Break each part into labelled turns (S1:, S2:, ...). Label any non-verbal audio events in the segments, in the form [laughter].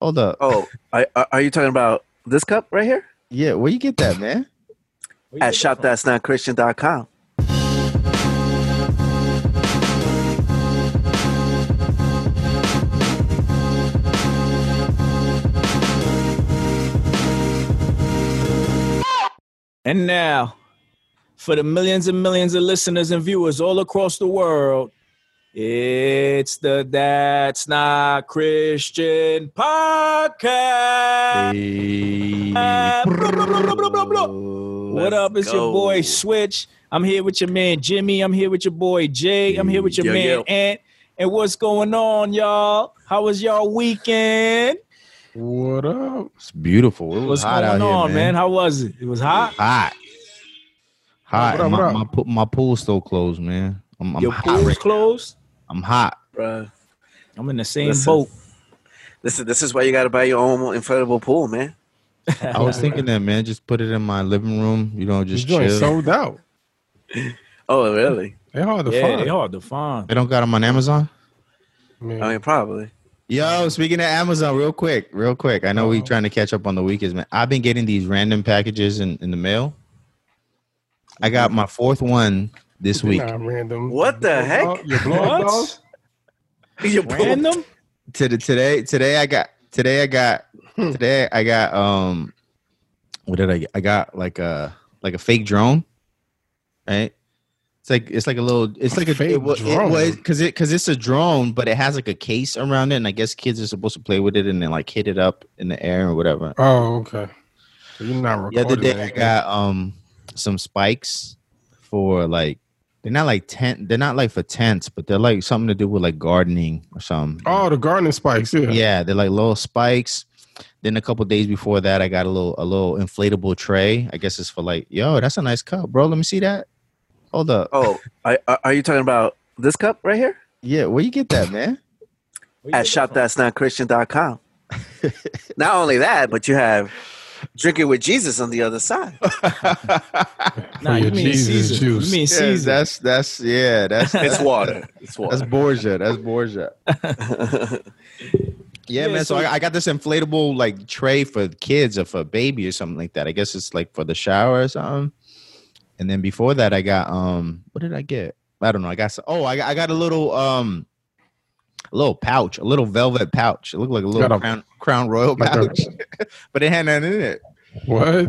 S1: Hold up.
S2: Oh, I, are- are you talking about this cup right here?
S1: Yeah, where you get that, man?
S3: Where you
S2: At
S3: get that from?
S2: shopthat'snotchristian.com.
S3: And now, for the millions and millions of listeners and viewers all across the world, it's the That's Not Christian podcast. What up? It's your boy Switch. I'm here with your man Jimmy. I'm here with your boy Jay. I'm here with your
S2: Yo,
S3: man
S2: yo.
S3: Ant. And what's going on, y'all? How was y'all weekend?
S1: What up? It's beautiful. It was
S3: What's
S1: hot out
S3: going on,
S1: here,
S3: man?
S1: man.
S3: How was it? It was hot.
S1: Hot. Hot.
S4: What up, what
S1: my,
S4: up?
S1: my, pool, my pool's still closed, man. I'm, I'm
S3: Your
S1: hot.
S3: pool's
S1: right-
S3: closed.
S1: I'm hot.
S2: Bruh.
S3: I'm in the same
S2: Listen.
S3: boat.
S2: This is this is why you got to buy your own inflatable pool, man.
S1: I
S3: [laughs]
S1: was thinking that, man. Just put it in my living room. You know,
S4: This
S1: just chill.
S4: joint sold out.
S2: Oh, really?
S4: They hard to
S3: yeah,
S4: find.
S3: they hard to find.
S1: they don't got them on Amazon.
S4: Man.
S2: I mean, probably.
S1: Yo, speaking of Amazon, real quick, real quick. I know we
S3: Oh.
S4: Uh-oh.
S1: trying to catch up on the weekends, man. I've been getting these random packages in, in the mail. I
S3: Mm-hmm.
S1: got my fourth one this
S4: They're
S1: week.
S4: not random.
S2: What the heck?
S4: Your blowing
S3: What?
S4: balls?
S2: Your pool.
S3: Random?
S1: to the, today today I got today I got
S4: Hmm.
S1: today I got um what did I get? I got like a like a fake drone, right? It's like it's like a little it's like a
S4: Fake
S1: it, wa- it
S4: drone?
S1: was because it because it's a drone, but it has like a case around it, and I guess kids are supposed to play with it and then like hit it up in the air or whatever.
S4: Oh, okay. So you're not
S1: The
S4: recording.
S1: other day I
S4: anything.
S1: got um some spikes for like they're not like tent they're not like for tents, but they're like something to do with like gardening or something.
S4: Oh, the gardening spikes. Yeah.
S1: Yeah, they're like little spikes. Then a couple days before that, I got a little a little inflatable tray. I guess it's for like, yo, that's a nice cup, bro. Let me see that. Hold up.
S2: Oh, I, are- are you talking about this cup right here?
S1: Yeah, where you get that, [laughs] man?
S3: Where you
S2: At
S3: get that from?
S2: shopthat'snotchristian.com.
S3: [laughs]
S2: Not only that, but you have drinking with Jesus on the other side.
S3: Nah,
S4: For
S3: you
S4: your
S3: mean
S4: Jesus
S3: Caesar. You
S4: juice.
S3: mean Caesar.
S1: that's that's yeah, [laughs] that's
S2: It's water. [laughs]
S1: That's
S2: It's water.
S1: Borgia. That's Borgia.
S2: [laughs]
S1: Yeah,
S3: Yeah,
S1: man. So,
S3: so-
S1: I, I got this inflatable like tray for kids or for a baby or something like that. I guess it's like for the shower or something. And then before that, I got um, what did I get? I don't know. I got some, oh, I got, I got a little um, a little pouch, a little velvet pouch. It looked like a little
S4: Got a-
S1: crown crown royal
S4: Like a-
S1: pouch, [laughs] but it had nothing in it.
S4: [laughs] What?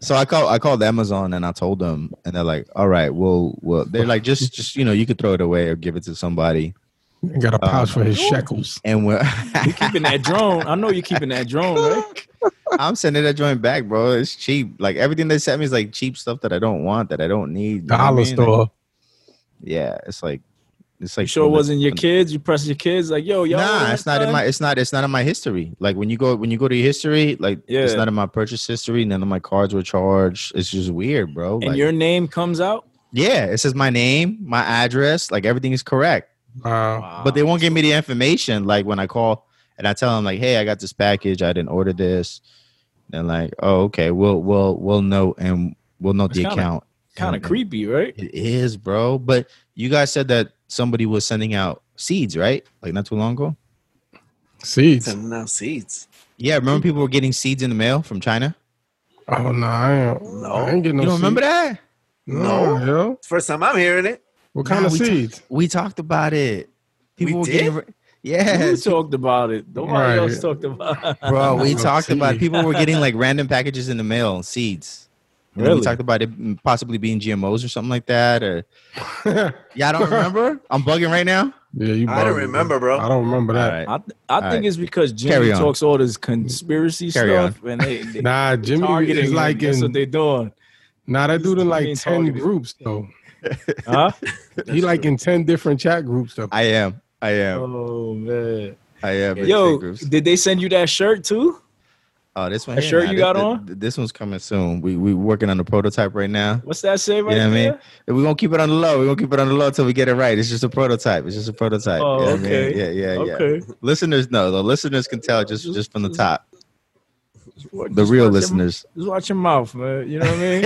S1: So I called I called Amazon and I told them, and they're like, all right, well, well, they're like, just just you know, you could throw it away or give it to somebody.
S4: You got a
S1: Uh,
S4: pouch for his shekels.
S1: And [laughs] we're
S3: You keeping that drone. I know you're keeping that drone,
S4: [laughs]
S3: right?
S1: I'm sending that joint back, bro. It's cheap. Like everything they sent me is like cheap stuff that I don't want, that I don't need. you know what I
S4: Dollar
S1: mean? Like,
S4: store.
S1: yeah, it's like, it's like.
S3: You sure it
S1: from the-
S3: wasn't your
S1: from the-
S3: kids? You pressing your kids like, yo, y'all.
S1: Nah,
S3: want
S1: it's not in
S3: that?
S1: my. It's not. It's not in my history. Like when you go, when you go to your history, like it's
S3: Yeah.
S1: not in my purchase history. None of my cards were charged. It's just weird, bro.
S3: And
S1: Like,
S3: your name comes out.
S1: yeah, it says my name, my address, like everything is correct.
S4: Wow.
S1: but they won't give me the information. Like when I call and I tell them like, "Hey, I got this package. I didn't order this." They're like, "Oh, okay. We'll we'll we'll know and we'll know
S3: It's
S1: the
S3: kinda-
S1: account."
S3: Kind of
S1: And-
S3: creepy, right?
S1: It is, bro. But you guys said that somebody was sending out seeds, right? Like not too long ago.
S4: Seeds.
S2: Sending out seeds.
S1: Yeah, remember people were getting seeds in the mail from China.
S4: Oh no, I ain't,
S2: No.
S4: I ain't getting no
S1: you don't remember that?
S4: seeds. No,
S2: No.
S4: yo.
S2: First time I'm hearing it.
S4: What kind
S1: Nah,
S4: of
S1: we-
S4: seeds?
S1: We talked about it. People
S2: We
S1: were
S2: did?
S1: getting.
S3: You
S1: Yes,
S3: talked about it. Nobody
S4: Right.
S3: else talked
S1: [laughs]
S3: about it.
S1: Bro, we
S4: Oh,
S1: talked about
S4: seed.
S1: people were getting like random packages in the mail, seeds. And then
S3: Really?
S1: We talked about it possibly being GMOs or something like that. Or
S4: yeah,
S1: y'all
S4: [laughs]
S1: don't remember? I'm bugging right now.
S4: you.
S2: I don't
S4: bugging.
S2: remember, bro.
S4: I don't remember that.
S3: I, th- I think
S1: right.
S3: it's because Jimmy
S1: Carry on.
S3: talks all this conspiracy
S1: Carry
S3: stuff and they, they
S4: [laughs] Nah, Jimmy
S3: targeting.
S4: is
S3: him.
S4: like
S3: that's
S4: in.
S3: what they doing,
S4: Nah, that dude in like
S3: being
S4: ten
S3: targeted.
S4: groups though.
S3: huh?
S4: he like in ten different chat groups though.
S1: I am. I am.
S3: oh man,
S1: I am. in
S3: yo,
S1: big groups.
S3: did they send you that shirt too?
S1: Oh, this one.
S3: that
S1: here,
S3: shirt
S1: nah,
S3: you
S1: thi-
S3: got
S1: thi-
S3: on?
S1: thi- This one's coming soon. We we working on the prototype right now.
S3: What's that say right
S1: You know what I mean?
S3: there?
S1: And we gonna keep it on the low. We gonna keep it on the low until we get it right. It's just a prototype. It's just a prototype.
S3: Oh,
S1: You know what I mean?
S3: okay.
S1: Yeah, yeah, yeah.
S3: Okay,
S1: Listeners know. The listeners can tell just just from the top. The
S3: Just
S1: real
S3: watch your- [laughs]
S1: listeners. [laughs]
S3: just watch your mouth, man. You know what I mean?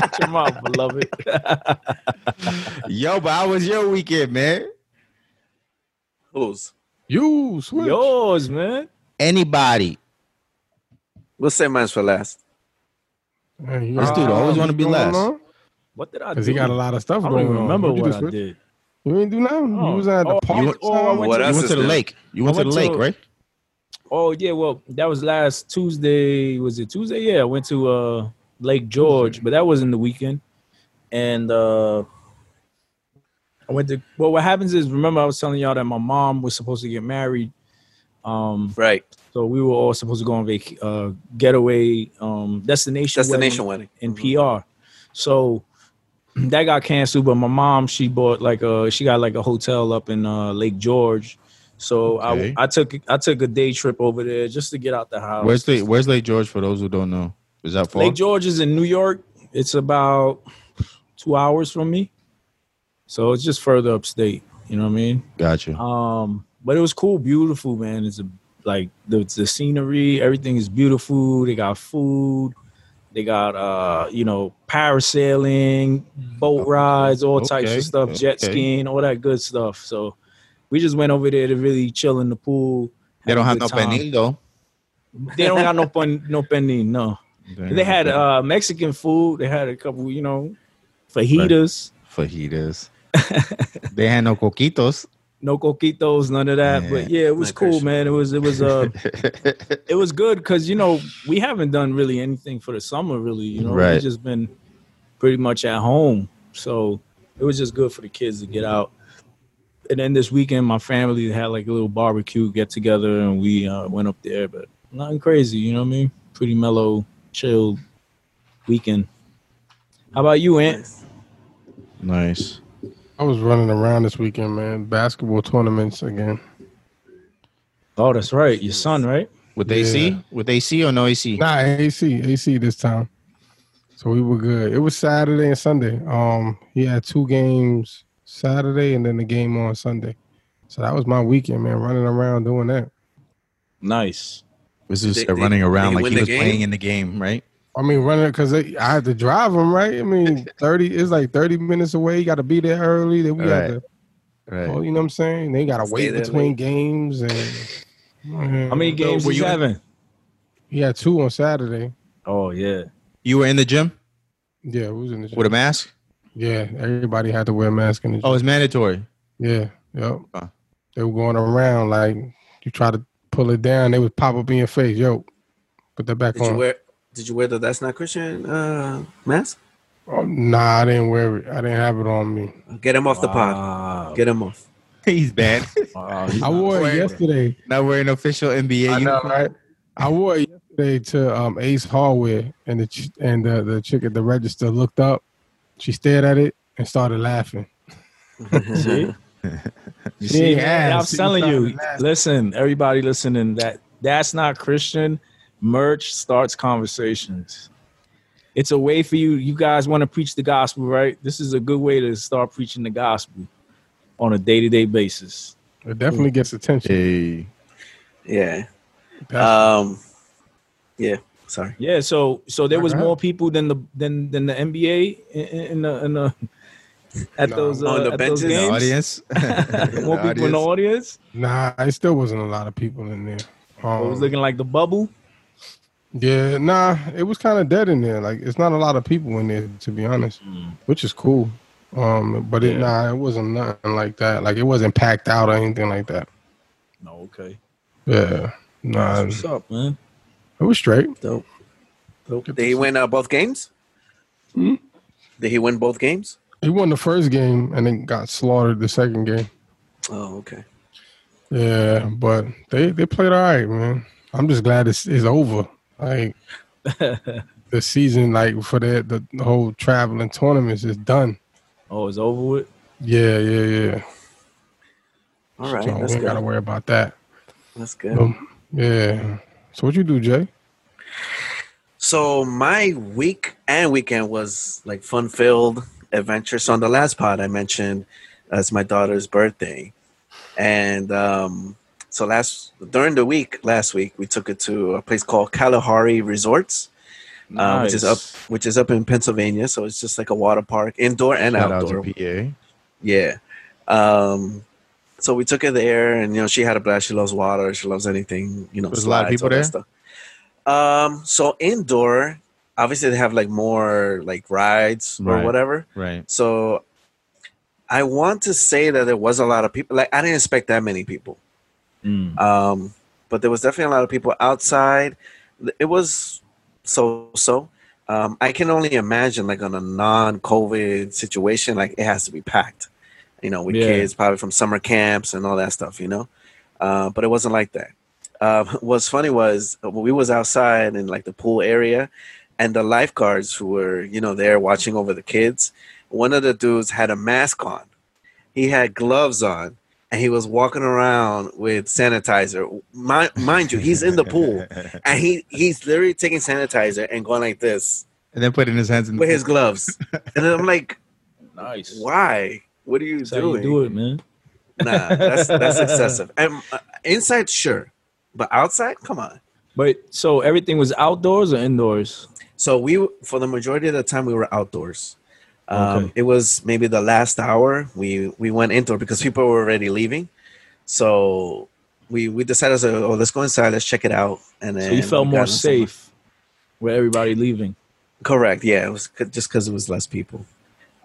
S3: watch your mouth, beloved.
S1: Yo, but how was your weekend, man?
S2: Who's?
S4: You switch.
S3: Yours, man.
S1: Anybody.
S2: We'll say mine's for last.
S4: Man,
S1: This dude always wanna be last.
S3: What did I do?
S4: Because he got a lot of stuff
S3: I
S4: going
S3: don't even
S4: on.
S3: remember
S4: What'd
S3: what
S4: you do,
S3: I
S4: Switch?
S3: did.
S4: You ain't do nothing.
S3: Oh.
S4: You was at the
S3: Oh,
S4: park.
S3: you- oh, I
S4: somewhere?
S3: went
S2: What
S1: You
S2: else
S1: went
S2: is
S1: to the
S2: new?
S1: lake. You went,
S3: I
S1: to
S3: went
S1: the lake,
S3: to-
S1: right?
S3: Oh yeah, well that was last Tuesday. Was it Tuesday? Yeah, I went to uh Lake George, but that was in the weekend. And uh I went to well what happens is remember I was telling y'all that my mom was supposed to get married. Um
S2: Right.
S3: so we were all supposed to go on vac- uh getaway um destination wedding
S2: Destination wedding. Mm-hmm.
S3: in PR. So [clears throat] that got canceled, but my mom she bought like a she got like a hotel up in uh, Lake George. So
S1: Okay.
S3: I I took I took a day trip over there just to get out the house.
S1: Where's the Where's Lake George for those who don't know? Is that far?
S3: Lake George is in New York. It's about two hours from me, so it's just further upstate. You know what I mean?
S1: Gotcha.
S3: Um, but it was cool, beautiful, man. It's a, like the the scenery, everything is beautiful. They got food, they got uh, you know, parasailing, boat rides, all types
S1: Mm-hmm. Okay,
S3: of stuff, jet
S1: okay.
S3: skiing, all that good stuff. So we just went over there to really chill in the pool.
S1: They
S3: have
S1: don't
S3: a
S1: have no
S3: good time.
S1: penil though.
S3: They don't got no pen, no
S1: [laughs]
S3: pending, no. They had
S1: uh,
S3: uh Mexican food. They had a couple, you know, fajitas,
S1: fajitas. they had no coquitos.
S3: no coquitos, none of that. But yeah, it was
S2: Not
S3: cool,
S2: Christian.
S3: man. It was it was uh
S1: [laughs]
S3: it was good because you know we haven't done really anything for the summer really you know
S1: Right.
S3: we've just been pretty much at home so it was just good for the kids to get out and then this weekend my family had like a little barbecue get together and we uh, went up there but nothing crazy you know what i mean pretty mellow chill weekend how about you ant
S1: nice.
S4: I was running around this weekend, man. Basketball tournaments again.
S3: oh that's right your son right
S1: With AC?
S4: Yeah.
S1: With AC or no AC?
S4: Nah, AC, AC this time. So we were good. It was Saturday and Sunday. Um, he had two games Saturday and then the game on Sunday. So that was my weekend, man. Running around doing that.
S3: nice
S1: This is
S2: Did-
S1: uh,
S2: did-
S1: running
S2: did
S1: around
S2: he
S1: like
S2: win
S1: he
S2: the
S1: was
S2: game?
S1: playing in the game, right?
S4: I mean, running because I had to drive him, right? I mean, thirty it's like thirty minutes away. You got to be there early. Then we
S1: Right.
S4: got to,
S1: Right.
S4: oh, you know what I'm saying? They got to
S2: Stay
S4: wait
S2: there
S4: between
S2: late.
S4: games and.
S3: how many games
S1: were
S3: you
S1: you-
S3: having
S4: He had two on Saturday.
S3: oh yeah
S1: You were in the gym
S4: Yeah, it was in the
S1: with a mask?
S4: Yeah, everybody had to wear a mask in the
S1: Oh, it's mandatory.
S4: Yeah, yep.
S1: Huh.
S4: They were going around like you try to pull it down, they would pop up in your face. Yo, put that back
S2: Did you
S4: on.
S2: wear did you wear the that's not Christian uh mask?
S4: Oh, nah, I didn't wear it. I didn't have it on me.
S2: Get him off the pod.
S3: Wow.
S2: Get him
S4: [laughs]
S2: off.
S1: [laughs] He's bad.
S3: Wow, he's
S4: I
S3: not-
S4: wore it
S1: wearing it.
S4: yesterday.
S1: [laughs] Not wearing official NBA
S4: I know,
S1: uniform.
S4: right? I wore it yesterday to um, Ace Hardware, and the ch- and the, the chick at the register looked up. She stared at it and started laughing.
S3: See?
S4: You
S3: See, man, I'm telling you. Listen, everybody listening, that that's not Christian. Merch starts conversations. It's a way for you. You guys want to preach the gospel, right? This is a good way to start preaching the gospel on a day to day basis.
S4: It definitely gets attention.
S1: Hey.
S2: [laughs] yeah.
S4: That's-
S2: Um yeah, sorry.
S3: Yeah. So, so there was
S4: Uh-huh.
S3: more people than the than than the NBA in, in the in the at
S4: No.
S3: those uh,
S2: On the
S3: at
S2: benches?
S3: those
S1: The
S3: games.
S1: audience. [laughs] The
S3: [laughs] more people in the
S1: audience.
S3: audience.
S4: nah, it still wasn't a lot of people in there.
S3: It was
S4: Um,
S3: looking like the bubble.
S4: Yeah, nah, it was kind of dead in there. Like, it's not a lot of people in there, to be honest, which is cool. Um, but it
S3: Mm. Yeah.
S4: nah, it wasn't nothing like that. Like, it wasn't packed out or anything like that.
S3: No. Okay.
S4: Yeah, nah,
S3: What's
S4: it
S3: up, man?
S4: was straight.
S2: Dope.
S3: Dope.
S2: Did he win uh, both games?
S4: Hmm?
S2: Did he win both games?
S4: He won the first game and then got slaughtered the second game.
S2: Oh, okay.
S4: Yeah, but they they played all right, man. I'm just glad it's it's over. Like, the season, like for the the the whole traveling tournaments is done.
S3: Oh, it's over with.
S4: Yeah, yeah, yeah.
S2: All right,
S4: so we
S2: that's
S4: ain't gotta
S2: good.
S4: worry about that.
S2: That's good.
S4: Um, yeah. So what you do, Jay?
S2: So my week and weekend was like fun filled adventure. So on the last pod I mentioned uh, it's my daughter's birthday. And um, so last during the week last week we took it to a place called Kalahari Resorts, uh,
S3: um,
S2: which is up
S3: Nice.
S2: which is up in Pennsylvania. So it's just like a water park, indoor and
S1: Shout out
S2: outdoor.
S1: to PA.
S2: Yeah. Um, So we took her there, and you know, she had a blast. She loves water. She loves anything. You know,
S1: There's a lot of
S2: slides,
S1: people
S2: all that
S1: there?
S2: Stuff. Um, so indoor, obviously they have like more like rides or
S1: Right.
S2: whatever.
S1: Right.
S2: So I want to say that there was a lot of people. Like I didn't expect that many people.
S3: Mm.
S2: Um, but there was definitely a lot of people outside. It was so so. Um, I can only imagine, like on a non-COVID situation, like it has to be packed, you know, with
S3: Yeah.
S2: kids probably from summer camps and all that stuff, you know. Uh, but it wasn't like that. Um, [laughs] what's funny was uh, we was outside in like the pool area, and the lifeguards who were you know there watching over the kids. One of the dudes had a mask on, he had gloves on, and he was walking around with sanitizer. Mind, mind you, he's in
S1: [laughs]
S2: the pool
S1: and
S2: and he he's literally taking sanitizer and going like this
S1: then putting his hands in
S2: with his gloves. And then I'm like,
S3: Nice.
S2: why? What are you
S3: That's how you
S2: doing?
S3: do it, man.
S2: Nah, that's that's excessive. And uh, inside, sure, but outside, come on.
S3: But so everything was outdoors or indoors?
S2: So we for the majority of the time we were outdoors. Um,
S3: Okay.
S2: It was maybe the last hour we we went indoor because people were already leaving. So we we decided so, oh let's go inside let's check it out and then
S3: so you felt
S2: we
S3: more
S2: got in some-
S3: safe with everybody leaving.
S2: Correct. Yeah, it was c- just because it was less people.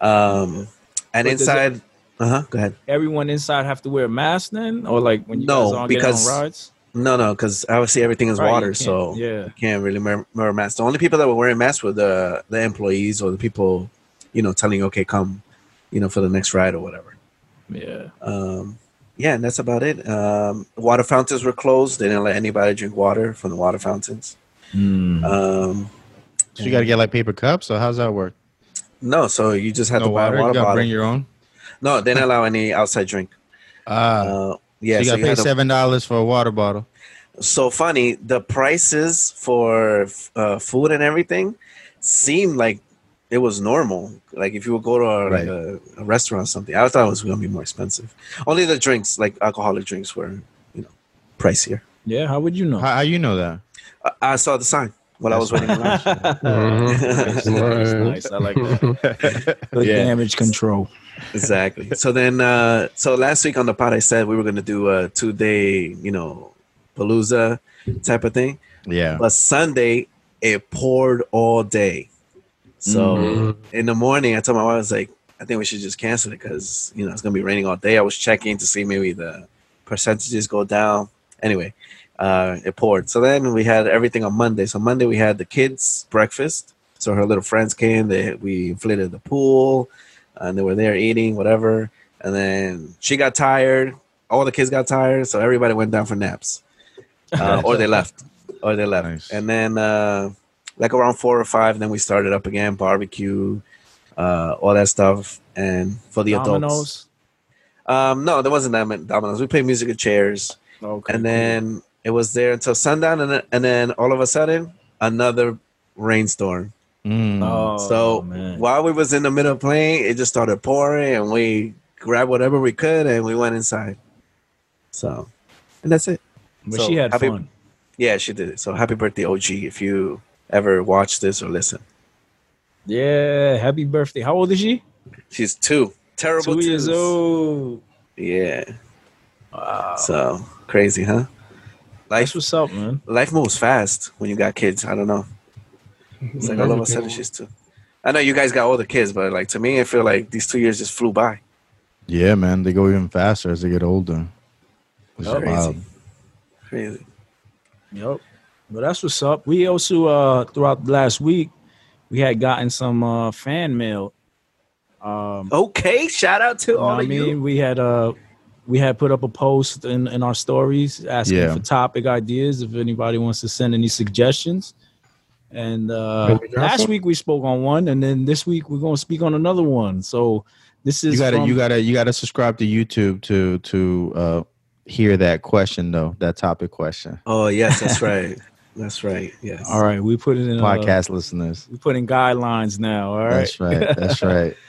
S2: Um, and
S3: But does it-
S2: inside, uh huh. Go ahead.
S3: Everyone inside have to wear a mask then, or like when you
S2: No,
S3: guys all
S2: because-
S3: get on rides?
S2: No, no, because obviously everything is
S3: Right, you
S2: water,
S3: can't-
S2: so
S3: yeah,
S2: can't really wear, wear a mask. The only people that were wearing masks were the the employees or the people, you know, telling you, okay, come, you know, for the next ride or whatever.
S3: yeah.
S2: Um, yeah, and that's about it. Um, water fountains were closed. They didn't let anybody drink water from the water fountains.
S3: Mm.
S2: Um,
S1: So you got to get like paper cups, or how's that work?
S2: no, so you just had
S1: no
S2: to buy
S1: water.
S2: a
S1: You
S2: water
S1: got to
S2: bottle.
S1: bring your own.
S2: no, they didn't allow any outside drink.
S1: Ah,
S2: Uh, yeah,
S1: so you got to pay
S2: had to-
S1: seven dollars for a water bottle.
S2: so funny the prices for uh, food and everything seemed like it was normal like if you would go to a, like
S1: Right.
S2: a, a restaurant or something i thought it was going to be more expensive only the drinks like alcoholic drinks were you know pricier
S3: Yeah, how would you know?
S1: How, how you know that?
S2: i, I saw the sign while i was waiting in
S1: [laughs]
S2: line.
S4: Mhm.
S3: Nice, nice, nice. I like
S4: [laughs]
S3: that. The
S1: Yeah.
S3: damage control.
S2: exactly so then uh so last week on the pod i said we were going to do a two day you know palooza type of thing
S1: Yeah.
S2: but sunday it poured all day so
S4: Mhm.
S2: in the morning, I told my wife, I was like, I think we should just cancel it because, you know, it's going to be raining all day. I was checking to see maybe the percentages go down. Anyway, uh, it poured. So then we had everything on Monday. So Monday we had the kids' breakfast. So her little friends came. They, we inflated the pool and they were there eating, whatever. And then she got tired. All the kids got tired. So everybody went down for naps uh, or they left. Or they left.
S1: Nice.
S2: And then, uh, like around four or five, then we started up again, barbecue, uh, all that stuff. And for the adults,
S3: Dominoes.
S2: um, no, there wasn't that many dominoes. We played musical chairs,
S3: Okay.
S2: and then it was there until sundown, and then, and then all of a sudden, another rainstorm.
S1: Mm.
S3: cool. oh,
S2: so
S3: man.
S2: while we was in the middle of playing, it just started pouring, and we grabbed whatever we could, and we went inside. So, and that's it.
S3: but
S2: so
S3: she had
S2: happy-
S3: fun.
S2: Yeah, she did it. So happy birthday, OG, if you ever watch this or listen.
S3: Yeah, happy birthday. How old is she?
S2: She's two. Terrible
S3: Two years
S2: twos.
S3: old.
S2: Yeah.
S3: Wow.
S2: So crazy, huh?
S3: That's
S2: Life
S3: what's up, man.
S2: life moves fast when you got kids. I don't know. It's like all of a sudden she's two. I know you guys got older kids, but like to me, I feel like these two years just flew by.
S1: Yeah, man, they go even faster as they get older. It's
S3: Oh.
S1: wild.
S2: Crazy.
S3: Yep. But that's what's up. We also uh throughout the last week we had gotten some uh fan mail. Um
S2: Okay, shout out to
S3: you know
S2: all
S3: what I
S2: of you.
S3: mean we had uh we had put up a post in, in our stories asking
S1: Yeah.
S3: for topic ideas if anybody wants to send any suggestions. And uh
S4: Have you got
S3: last
S4: some?
S3: week we spoke on one and then this week we're gonna speak on another one. So this is
S1: You gotta,
S3: from-
S1: you gotta, you gotta subscribe to YouTube to to uh, hear that question though, that topic question.
S2: Oh yes,
S3: [laughs]
S2: that's right. That's right. Yes.
S3: all right, we put it in uh,
S1: Podcast listeners.
S3: we put in guidelines now, all right. [laughs]
S1: That's right. That's right.